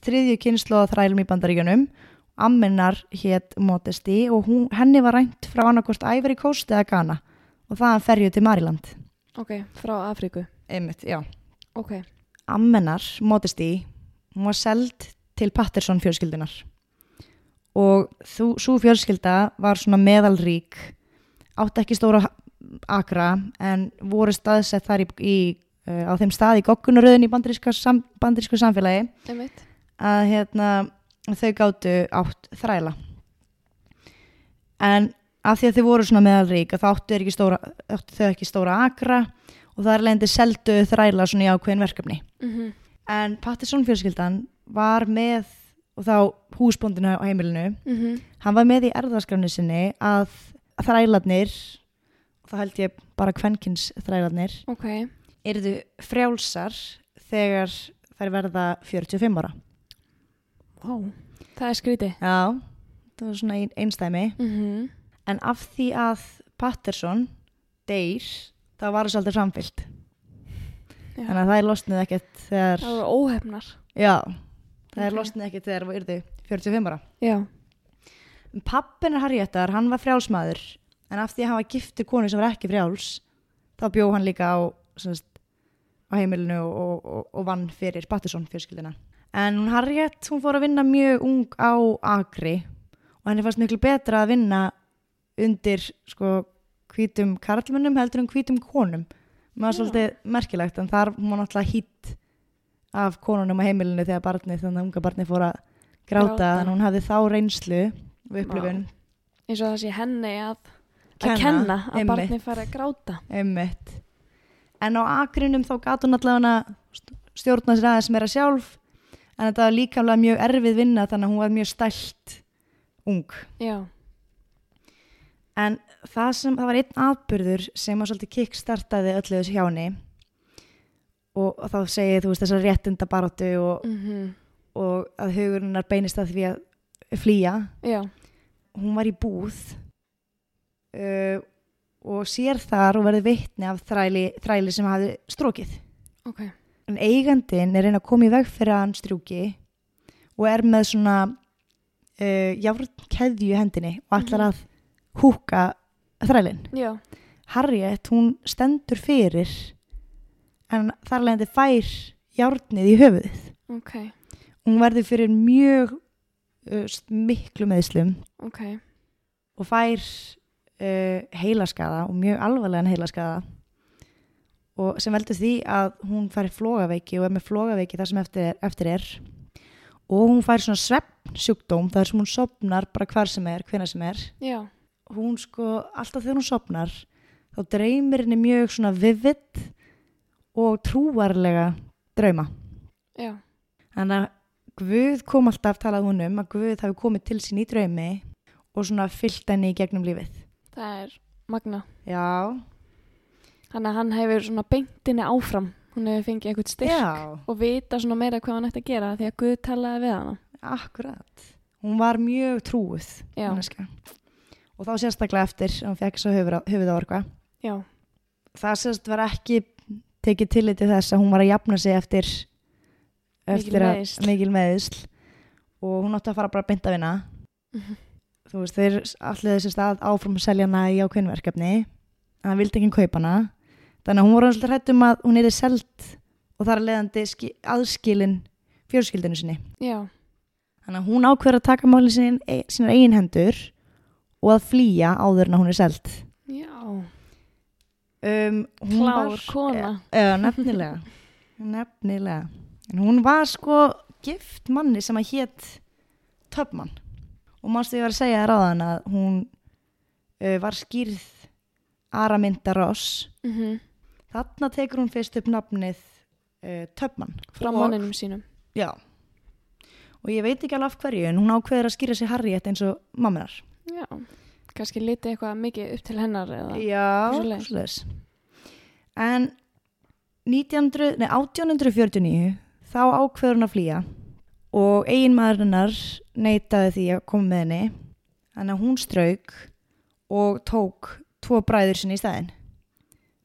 Speaker 1: þriðju kynnslóða þrælum í bandaríkjunum amminnar hétt Modesty og hún, henni var rænt frá annarkost Ivory Coast eða Ghana og þaðan ferju til Maryland
Speaker 2: ok, frá Afríku.
Speaker 1: einmitt, já
Speaker 2: Ok,
Speaker 1: ammennar, Modesty, hún var seld til Patterson fjölskyldunar og þú, svo fjölskylda var svona meðalrík átti ekki stóra ha- akra en voru staðsett þar í, í, uh, á þeim stað í goggunaröðin í bandarísku, sam, bandarísku samfélagi
Speaker 2: einmitt.
Speaker 1: að hérna, þau gáttu átt þræla en af því að þau voru svona meðalrík að þá áttu, þeir ekki stóra, áttu þau ekki stóra akra og það er leiðandi seldu þræla svona í ákveðin verkefni
Speaker 2: Mm -hmm.
Speaker 1: en Patterson fjölskyldan var með og þá húsbóndinu á heimilinu
Speaker 2: Mhm,
Speaker 1: hann var með í erðaskrafni sinni að þrælarnir og það held ég bara kvenkins þrælarnir
Speaker 2: Ok,
Speaker 1: yrðu frjálsar þegar þær verða 45 ára
Speaker 2: wow. það er skrítið.
Speaker 1: Já, það var svona ein, einstæmi.
Speaker 2: Mm
Speaker 1: Mhm.
Speaker 2: -hmm.
Speaker 1: En af því að Patterson deyr, þá var þessu aldrei samfyllt. Þannig að það er losnið ekkert þegar,
Speaker 2: Það voru óhefnar.
Speaker 1: já, það er
Speaker 2: Ok.
Speaker 1: losnið ekkert þegar við yrðu 45 ára.
Speaker 2: Já.
Speaker 1: Pappin er Harrietar, hann var frjálsmaður, en af því að hann var giftur konu sem var ekki frjáls, þá bjó hann líka á, sem sagt, á heimilinu og, og, og vann fyrir Patterson fjörskildina. En hún Harriet, hún fór að vinna mjög ung á Akri og henni fannst miklu betra að vinna undir sko hvítum karlmönnum heldur en hvítum konum. Maður er
Speaker 2: Já.
Speaker 1: svolítið merkilegt en þar hún var náttúrulega hitt af konunum á heimilinu þegar barnið, þannig að unga barnið fór að gráta
Speaker 2: Gráta.
Speaker 1: en hún hafði þá reynslu og upplifun
Speaker 2: eins og það sé henni að
Speaker 1: Kenna,
Speaker 2: að kenna að
Speaker 1: einmitt.
Speaker 2: barni fari að gráta
Speaker 1: einmitt en á akrinum þá gat hún allavega st- stjórnað sér aðeins meira sjálf en þetta var líkamlega mjög erfið vinna þannig að hún var mjög stælt ung
Speaker 2: já,
Speaker 1: en það sem það var einn atbyrður sem að svolítið kickstartaði öllu þessu hjá henni og þá segi þú veist þessar réttinda baróttu og,
Speaker 2: mm
Speaker 1: og að hugurinnar beinist að því að flýja
Speaker 2: já,
Speaker 1: hún var í búð uh, og sér þar og verði vitni af þræli, þræli sem hafði strókið.
Speaker 2: ok
Speaker 1: En eigandin er einn að koma í veg fyrir að hann strjúki og er með svona uh, járnkeðju í hendinni og ætlar að húka þrælinn.
Speaker 2: já,
Speaker 1: Harriet, hún stendur fyrir en þar leðandi fær járnið í höfuðið.
Speaker 2: ok,
Speaker 1: Hún verði fyrir mjög uh, s- miklu meðslum
Speaker 2: ok
Speaker 1: og fær uh, heilaskaða og mjög alvarlegan heilaskaða og sem veldur því að hún fær flogaveiki og er með flogaveiki þar sem eftir er, eftir er og hún fær svona sveppsjúkdóm þar sem hún sopnar bara hvar sem er, hvena sem er
Speaker 2: já,
Speaker 1: hún sko, alltaf þegar hún sopnar þá dreymir henni mjög svona vivid og trúarlega drauma
Speaker 2: já,
Speaker 1: Þannig að Guð kom alltaf talað hún um að Guð hafi komið til sín í draumi og svona fyllt henni í gegnum lífið
Speaker 2: það er magna
Speaker 1: Já,
Speaker 2: þannig að hann hefur svona beintinni áfram hún hefur fengið eitthvað styrk
Speaker 1: já,
Speaker 2: og vita svona meira hvað hann ætti að gera því að Guð talaði við hana
Speaker 1: akkurat. Hún var mjög trúið,
Speaker 2: já,
Speaker 1: manneska. Og þá sérstaklega eftir, að hún fekk svo höfuð á, höfuð á orka.
Speaker 2: já,
Speaker 1: Það sérst var ekki tekið tillit til þess að hún var að jafna sig eftir,
Speaker 2: Mikil
Speaker 1: eftir að-
Speaker 2: meiðsl.
Speaker 1: mikil meðisl. Og hún átti að fara bara að bynda vinna.
Speaker 2: Mhm.
Speaker 1: Þú veist, þeir allir þessi stað áfram að selja hana í ákveðinverkefni. En hann vildi ekki kaupa hana. Þannig að hún voru svolítið hrætt um að hún er selt og þar að leiðandi ski- aðskilin fjörskildinu sinni.
Speaker 2: já,
Speaker 1: Þannig að hún ákveður að taka máli sín, e, sínar eigin hendur og að flýja áður en að hún er selt.
Speaker 2: já
Speaker 1: Um, hún
Speaker 2: klár
Speaker 1: var-
Speaker 2: kona
Speaker 1: Eh, eh, nefnilega. nefnilega. En hún var sko gift manni sem að hét Töfman. Og mannstu ég var að segja þér áðan að hún uh, var skýrð Araminda Ross.
Speaker 2: mm
Speaker 1: Þarna tekur hún fyrst upp nafnið uh, Töfman.
Speaker 2: frá
Speaker 1: Og-
Speaker 2: manninum sínum
Speaker 1: Já. Og ég veit ekki alveg af hverju en hún ákveður að skýra sig Harriet eins og mamminar.
Speaker 2: já, kannski liti eitthvað mikið upp til hennar eða,
Speaker 1: Já,
Speaker 2: Eitthvað svoleiðis.
Speaker 1: svoleiðis. En 1900, nei, 1849 þá ákveður hún að flýja og eiginmaður hennar neitaði því að koma með henni þannig að hún strauk og tók tvo bræður sinni í staðinn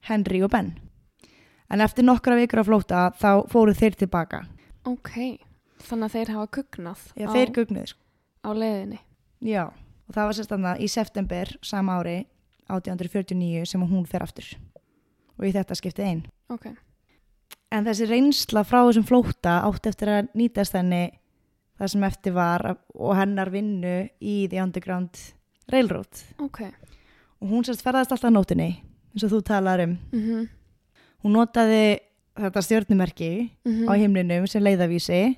Speaker 1: Henry og Ben en eftir nokkra vikur að flóta þá fóru þeir tilbaka
Speaker 2: ok þannig að þeir hafa kugnað
Speaker 1: Já,
Speaker 2: á,
Speaker 1: þeir gugnuðu sko.
Speaker 2: á leiðinni
Speaker 1: Já, og það var sérstanna í september sama ári 1849 sem hún fer aftur og í þetta skiptið einn
Speaker 2: ok,
Speaker 1: En þessi reynsla frá þessum flóta átti eftir að nýtast henni það sem eftir var af- og hennar vinnu í The Underground Railroad.
Speaker 2: ok
Speaker 1: Og hún sérst ferðast alltaf á nótunni, eins og þú talar um.
Speaker 2: mm -hmm.
Speaker 1: Hún notaði þetta stjórnumerki
Speaker 2: Mhm.
Speaker 1: á
Speaker 2: Mm.
Speaker 1: himninum sem leiðavísi,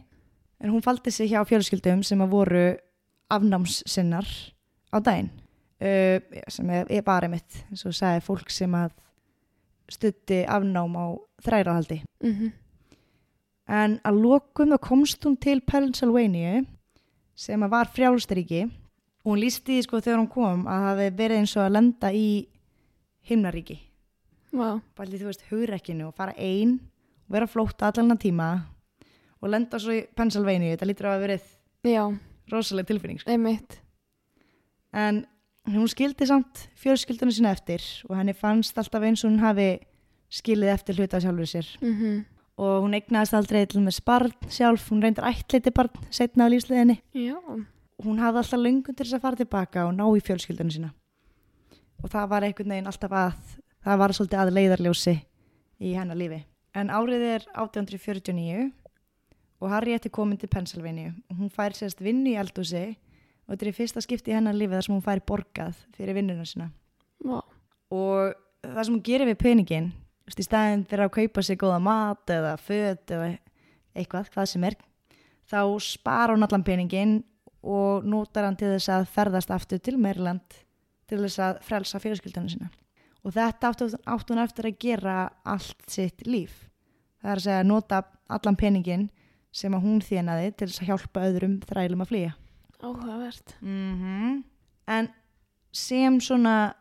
Speaker 1: en hún faldi sig hjá fjölskyldum sem að voru afnámssinnar á daginn. Uh, sem er, er bara mitt, eins og sagði fólk sem að stutti afnám á þrærahaldi.
Speaker 2: mm -hmm.
Speaker 1: En að lokum þá komst hún til Pennsylvania sem að var frjálstaríki og hún lísti því sko þegar hún kom að það hafi verið eins og að lenda í himnaríki.
Speaker 2: Vá,
Speaker 1: Bara því þú veist hugrekkinu og fara ein og vera á flótta allan þennan tíma og lenda svo í Pennsylvania. Þetta lítur að hafa verið
Speaker 2: já,
Speaker 1: rosaleg tilfinning. sko.
Speaker 2: einmitt
Speaker 1: En hún skildi samt fjörskildunum sinna eftir og henni fannst alltaf eins og hún hafi skilið eftir hluta af sjálfur sér.
Speaker 2: mm
Speaker 1: og hún eignaðist aldrei til með sparn sjálf, hún reyndar ættliti barn setna á lífsliðinni.
Speaker 2: já,
Speaker 1: Hún hafði alltaf löngun til þess að fara tilbaka og ná í fjölskyldunum sína. Og það var einhvern veginn alltaf að, það var svolítið að leiðarljósi í hennar lífi. En árið er 1849 og Harriet er komin til Pennsylvania. Hún fær sérst vinnu í eldhúsi og þetta er í fyrsta skipti í hennar lífi þar sem hún fær borgað fyrir vinnuna sína
Speaker 2: Vá.
Speaker 1: og það sem hún gerir við peningin þú veist, í staðin fyrir að kaupa sér góða mat eða föt eða eitthvað, hvað sem er þá þá spara hún allan peningin og notar hann til þess að ferðast aftur til Maryland til þess að frelsa fjölskyldana sína og þetta átti, átti hún eftir að gera allt sitt líf það er að segja nota allan peningin sem að hún þjónaði til þess að hjálpa öðrum þrælum að flýja
Speaker 2: Áhugavert.
Speaker 1: mm en sem svona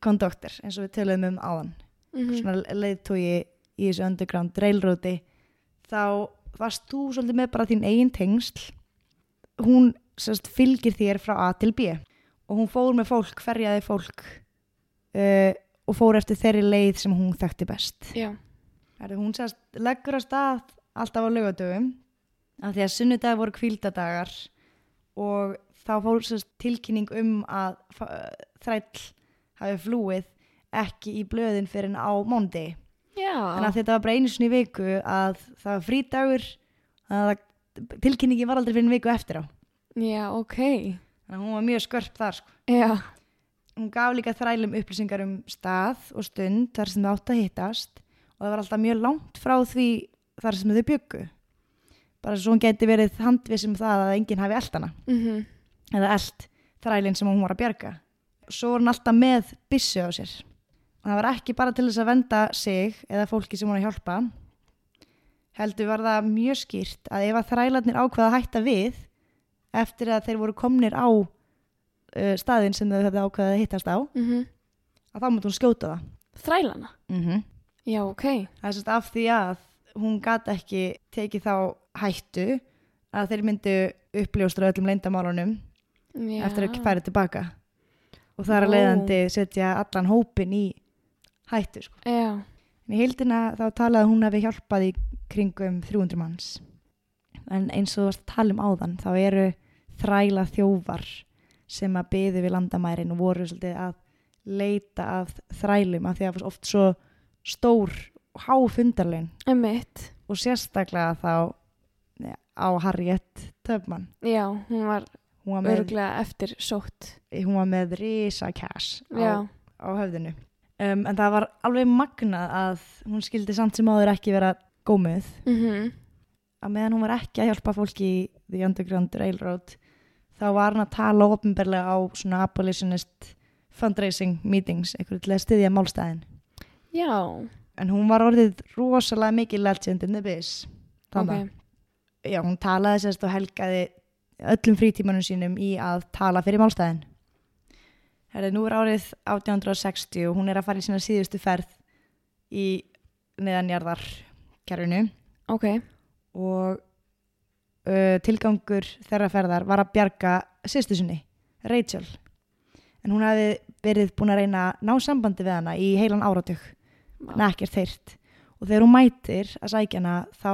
Speaker 1: konduktor eins og við töluðum um áðan
Speaker 2: Mhm.
Speaker 1: svona leiðtói í þessu underground railroadi þá varst þú svolítið með bara þín eigin tengsl hún sérst fylgir þér frá A til B og hún fór með fólk, ferjaði fólk uh, og fór eftir þeirri leið sem hún þekkti best
Speaker 2: Já.
Speaker 1: Herðu, hún sérst leggur að stað alltaf á laugadöfum af því að sunnudag voru kvíldadagar og þá fór sérst tilkynning um að fa- þræll hafi flúið ekki í blöðin fyrir en á móndi.
Speaker 2: Já.
Speaker 1: Þannig að þetta var bara einu sinni í viku að það var frídagur að það- tilkynningi var aldrei fyrir en viku eftir á.
Speaker 2: Já, ok.
Speaker 1: Þannig að hún var mjög skörp þar sko.
Speaker 2: Já.
Speaker 1: hún gaf líka þrælum upplýsingar um stað og stund þar sem þau átt að hittast og það var alltaf mjög langt frá því þar sem þau byggu bara svo hún geti verið handviss um það að enginn hafi eld hana
Speaker 2: Mm
Speaker 1: eða eld þrælinn sem hún var að bjarga svo var hún alltaf með byssu á sér og það var ekki bara til þess að venda sig eða fólki sem hún er að hjálpa heldur var það mjög skýrt að ef að þrælarnir ákvaða að hætta við eftir að þeir voru komnir á uh, staðin sem þau höfðu ákvaða að hittast á að þá mútu hún skjóta það
Speaker 2: Mhm. Þrælana.
Speaker 1: mm -hmm.
Speaker 2: Já, ok.
Speaker 1: það er sérst af því að hún gat ekki tekið þá hættu að þeir myndu uppljóstra öllum leyndamálunum
Speaker 2: Já.
Speaker 1: eftir að færa tilbaka og það er að
Speaker 2: Vó.
Speaker 1: leiðandi setja allan hópin í hættu sko.
Speaker 2: Já.
Speaker 1: en í heildina þá talaði hún að við hjálpaði kringum 300 manns en eins og þú varst að tala um áðan þá eru þræla þjófar sem að byðu við landamærin og voru svolítið að leita af þrælum af því að það var oft svo stór háfundarlegin
Speaker 2: Emitt.
Speaker 1: og sérstaklega þá ja, á Harriet Töfman
Speaker 2: Já, hún var
Speaker 1: hún var með,
Speaker 2: örglega eftir sótt.
Speaker 1: hún var með risa cash á
Speaker 2: Já.
Speaker 1: á höfðinu. Um, en það var alveg magnað að hún skildi samt sem áður ekki vera gómið.
Speaker 2: Mm
Speaker 1: Að meðan hún var ekki að hjálpa fólki í The Underground Railroad þá var hann að tala ofinberlega á svona abolitionist fundraising meetings, eitthvað til að styðja málstæðin.
Speaker 2: Já.
Speaker 1: En hún var orðið rosalega mikið legend in the biz. Þannig
Speaker 2: Ok.
Speaker 1: já, hún talaði sérst og helgaði öllum frítímanum sínum í að tala fyrir málstæðin. Herði, nú er árið 1860 og hún er að fara í sína síðustu ferð í neðanjarðarkerfinu
Speaker 2: Ok.
Speaker 1: og uh, tilgangur þeirra ferðar var að bjarga sýstu sinni, Rachel. En hún hafi verið búin að reyna að ná sambandi við hana í heilan áratug en ekkert heyrt og þegar hún mætir að sækja hana þá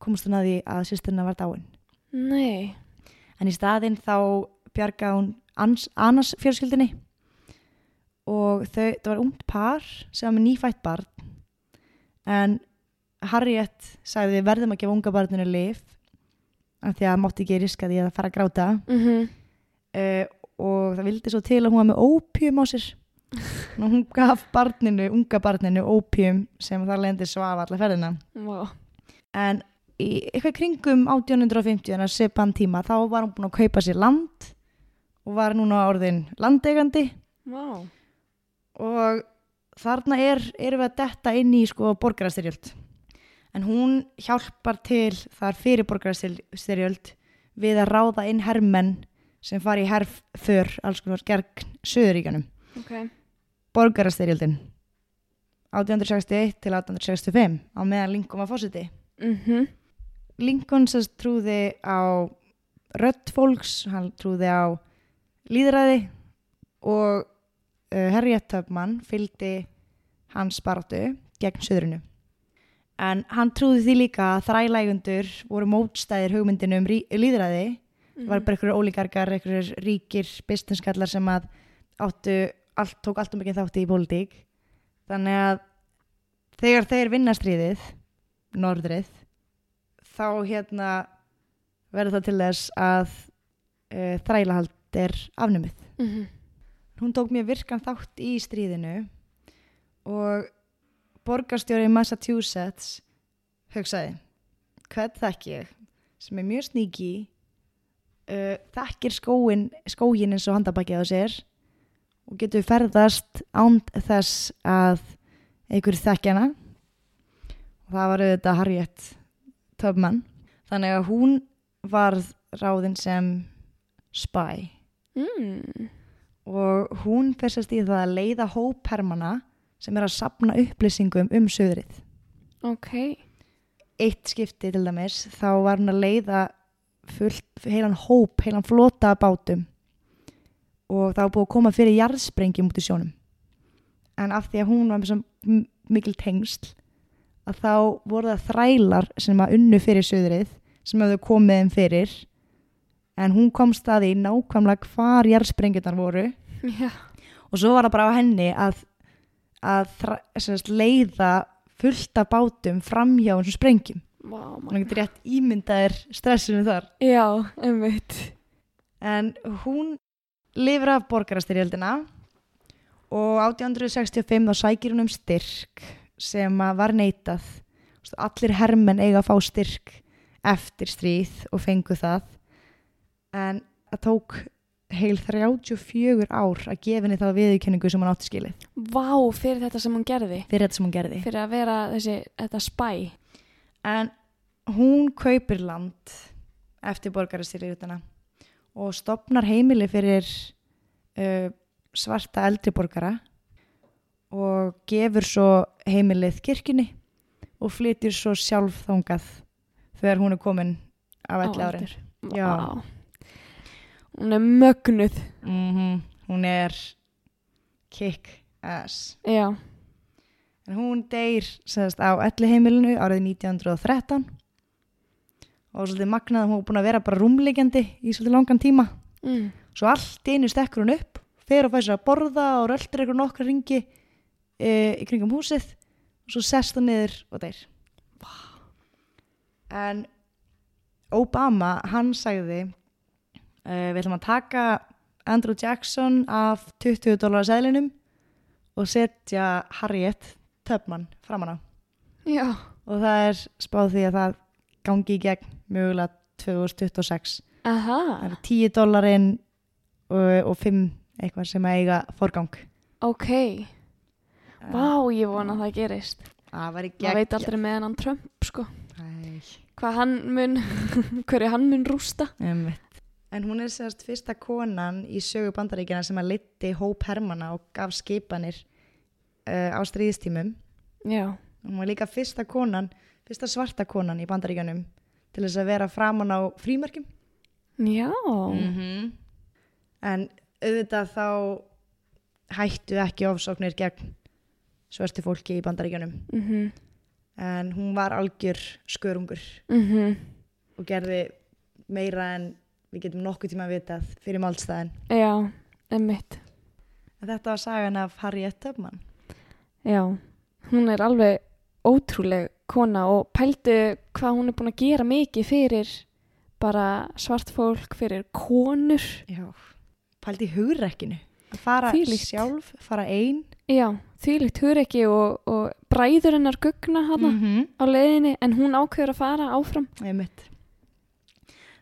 Speaker 1: komst hún að því að sýstirna var dáin
Speaker 2: Nei.
Speaker 1: en í staðinn þá bjargaði hún ans, annars fjörskildinni og þau, það var ungt par sem var með nýfætt barn en Harriet sagði við verðum að gefa unga barninu lif af því að það mátti ekki riska því að það fara að gráta
Speaker 2: Mm
Speaker 1: uh, og það vildi svo til að hún var með ópjum á sér Þannig að hún gaf barninu, unga barninu ópjum sem það lendi svaf allar ferðina
Speaker 2: Vá.
Speaker 1: en í eitthvað kringum 1850 en að sepan tíma þá var hún búin að kaupa sér land og var núna orðin landeigandi
Speaker 2: Vá.
Speaker 1: og þarna er, erum við að detta inn í sko borgarastyrjöld en hún hjálpar til þar fyrir borgarastyrjöld við að ráða inn hermenn sem fari í herför alls konar gergn söðuríkanum
Speaker 2: Ok.
Speaker 1: borgarastyrjöldin 1861 til 1865 á meðan Lincoln var fósiti
Speaker 2: Mm
Speaker 1: Lincoln sérst trúði á rödd fólks, hann trúði á líðræði og uh, Harriet Tubman fylgdi hans baratu gegn söðrinu. En hann trúði því líka að þrælægundur voru mótstæðir hugmyndinu um rí- líðræði,
Speaker 2: Mhm.
Speaker 1: það var bara einhverjur ólíkarkar, einhverjur ríkir, businesskallar sem að áttu, allt, tók allt um ekki þátti í pólitík. Þannig að þegar þeir vinnastriðið, norðrið, þá hérna verður það til þess að uh, þrælahald er afnumið.
Speaker 2: Mhm.
Speaker 1: Hún tók mjög virkan þátt í stríðinu og borgarstjóri Massachusetts hugsaði, hvern þekk ég sem er mjög sníki uh, þekkir skóin, skóin eins og handabakið á sér og getur ferðast ánd þess að einhver þekkja hana og það var auðvitað Harriet Tubman þannig að hún varð ráðin sem spy
Speaker 2: Mm.
Speaker 1: og hún fyrstast í það að leiða hóp hermana sem er að sapna upplýsingum um söðrið
Speaker 2: Ok.
Speaker 1: eitt skipti til dæmis þá var hún að leiða fullt, heilan hóp, heilan flota af bátum og það var búið að koma fyrir jarðsprengjum út í sjónum en af því að hún var með svo m- mikil tengsl að þá voru það þrælar sem að unnu fyrir söðrið sem hafðu komið þeim fyrir en hún kom staði í nákvæmlega hvar jarðsprengjunar voru
Speaker 2: Já.
Speaker 1: og svo var það bara á henni að, að þra- sem sagt, leiða fullt af bátum framhjá eins og sprengjum
Speaker 2: Vá,
Speaker 1: Hún
Speaker 2: maður.
Speaker 1: getur rétt ímyndaðir stressinu þar.
Speaker 2: Já, einmitt.
Speaker 1: En hún lifir af borgarastyrjöldina og 1865 þá sækir hún um styrk sem að var neitað. Þú veist, Allir hermenn eiga að fá styrk eftir stríð og fengu það. En það tók heil 34 ár að gefa henni þá viðurkenningu sem hún átti skilið
Speaker 2: Vá, fyrir þetta sem hún gerði.
Speaker 1: fyrir þetta sem hún gerði.
Speaker 2: Fyrir að vera þessi, þetta spæ.
Speaker 1: En hún kaupir land eftir borgarastyrjöldina og stopnar heimili fyrir uh, svarta eldri borgara og gefur svo heimilið kirkjunni og flytir svo sjálf þangað þegar hún er komin af
Speaker 2: Á
Speaker 1: elli árin.
Speaker 2: aldur.
Speaker 1: Já.
Speaker 2: Vá. Hún er mögnuð.
Speaker 1: Mm Hún er kick ass.
Speaker 2: Já.
Speaker 1: En hún deyr sagðist, á elliheimilinu árið 1913 og svolítið magnað að hún var búin að vera bara rúmlegjandi í svolítið langan tíma.
Speaker 2: Mm.
Speaker 1: Svo allt í einu stekkur hún upp, fer og fær sér að borða og röldur eitthvað nokkra ringi e, í kringum húsið og svo sest hún niður og deyr. En Obama, hann sagði uh, við ætlum að taka Andrew Jackson af 20 dólar sæðlinum og setja Harriet Tubman framan á
Speaker 2: Já.
Speaker 1: og það er spáð því að það gangi í gegn mögulega 2026
Speaker 2: Aha.
Speaker 1: það eru 10 dólarinn og, og 5 eitthvað sem að eiga forgang
Speaker 2: Ok. Vá, ég vona að það gerist.
Speaker 1: það var í
Speaker 2: Maður
Speaker 1: gegn
Speaker 2: veit aldrei með hann Trump, sko.
Speaker 1: Æ,
Speaker 2: Hvað hann mun, hverju hann mun rústa.
Speaker 1: einmitt. en hún er sérst fyrsta konan í sögu bandaríkina sem að litti hóp hermana og gaf skipanir uh, á stríðistímum
Speaker 2: Já.
Speaker 1: hún var líka fyrsta konan fyrsta svarta konan í bandaríkanum til þess að vera framan á frímerkjum
Speaker 2: Já.
Speaker 1: -hmm. En auðvitað þá hættu ekki ofsóknir gegn svörtu fólki í bandaríkjunum.
Speaker 2: Mhm.
Speaker 1: En hún var algjör skörungur
Speaker 2: Mhm.
Speaker 1: og gerði meira en við getum nokkuð tíma vitað fyrir málstæðin.
Speaker 2: Já, emmitt.
Speaker 1: En þetta var sagan af Harriet Tubman.
Speaker 2: Já. Hún er alveg ótrúleg kona og pældu hvað hún er búin að gera mikið fyrir bara svart fólk, fyrir konur.
Speaker 1: Já. Pældi í hugrekkinu. Að fara
Speaker 2: Þvílíkt.
Speaker 1: sjálf, fara ein.
Speaker 2: Já, þvílíkt hugur ekki og, og bræður hennar gugna hana
Speaker 1: -hmm.
Speaker 2: á leiðinni en hún ákveður að fara áfram.
Speaker 1: Einmitt.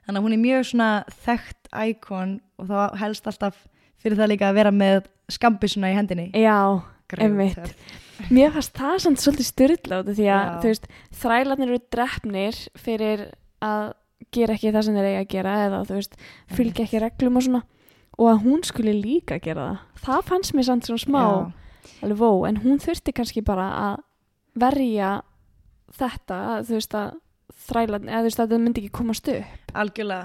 Speaker 1: Þannig að hún er mjög svona þekkt íkon og þá helst alltaf fyrir það líka að vera með skambisuna í hendinni.
Speaker 2: Já, einmitt.
Speaker 1: Grjótörn.
Speaker 2: mér fannst það samt svolítið styrlað því að
Speaker 1: Já.
Speaker 2: þú veist, þrælarnir eru drefnir fyrir að gera ekki það sem þeir eiga að gera eða þú veist, fylgja ekki reglum og svona og að hún skuli líka gera það það fannst mér samt svona smá
Speaker 1: Já,
Speaker 2: alveg vó, en hún þurfti kannski bara að verja þetta, að, þú veist að þrælarnir, eða þú veist að þetta myndi ekki komast upp
Speaker 1: algjörlega.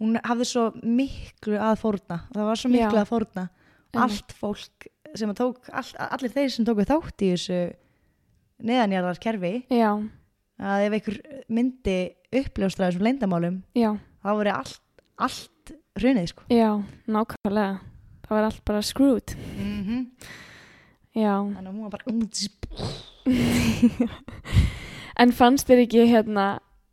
Speaker 1: Hún hafði svo miklu að fórna. Það var svo miklu
Speaker 2: Já.
Speaker 1: að fórna.
Speaker 2: Einmitt.
Speaker 1: Allt fólk sem að tók, all, allir þeir sem tóku þátt í þessu neðanjarðar kerfi,
Speaker 2: já,
Speaker 1: að ef einhver myndi uppljóstra þessum leyndamálum,
Speaker 2: já,
Speaker 1: þá voru allt, allt hrunið, sko.
Speaker 2: já, nákvæmlega það var allt bara screwed
Speaker 1: Mm
Speaker 2: Mhm. já,
Speaker 1: Þannig að hún var bara...
Speaker 2: En fannst þér ekki hérna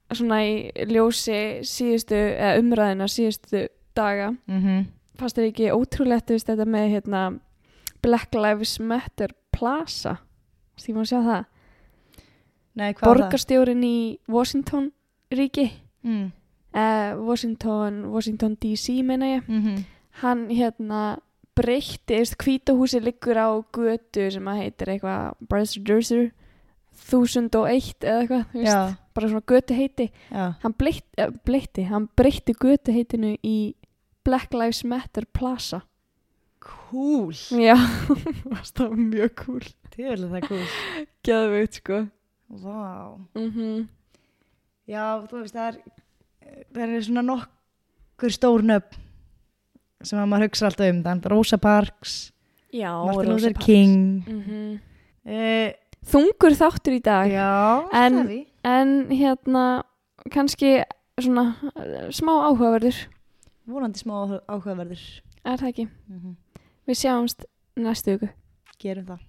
Speaker 2: svona í ljósi síðustu, eða umræðina síðustu daga,
Speaker 1: Mm -hmm.
Speaker 2: Mhm. fannst þér ekki ótrúlegt þú veist þetta með hérna Black Lives Matter Plaza því maður sjá það
Speaker 1: Nei, hvað var það?
Speaker 2: borgarstjórin í Washington ríki
Speaker 1: Mm.
Speaker 2: eh, Washington, Washington DC meina ég
Speaker 1: Mm -hmm.
Speaker 2: hann hérna breyttist, hvítahúsi liggur á götu sem að heitir eitthvað Brasdurser 1001 eða eitthvað, þú veist,
Speaker 1: Já,
Speaker 2: bara svona götu heiti
Speaker 1: já.
Speaker 2: hann bleitt, eh, bleitti, hann breytti götu heitinu í Black Lives Matter Plaza
Speaker 1: Cool.
Speaker 2: já, varst það mjög cool
Speaker 1: Tjóðilega það er cool.
Speaker 2: geðveit sko
Speaker 1: Vá.
Speaker 2: mm
Speaker 1: Já, þú veist, það er, það er svona nokkur stór nöfn sem að maður hugsa alltaf um. Þannig Rosa Parks,
Speaker 2: já,
Speaker 1: Martin Luther King.
Speaker 2: mm
Speaker 1: Uh,
Speaker 2: þungur þáttur í dag
Speaker 1: já,
Speaker 2: En-
Speaker 1: það er því.
Speaker 2: en hérna kannski svona eh, smá áhugaverður
Speaker 1: Vonandi smá áhuga- áhugaverður.
Speaker 2: er það ekki
Speaker 1: Mm
Speaker 2: Við sjáumst næstu viku.
Speaker 1: Gerum það.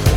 Speaker 3: Yeah.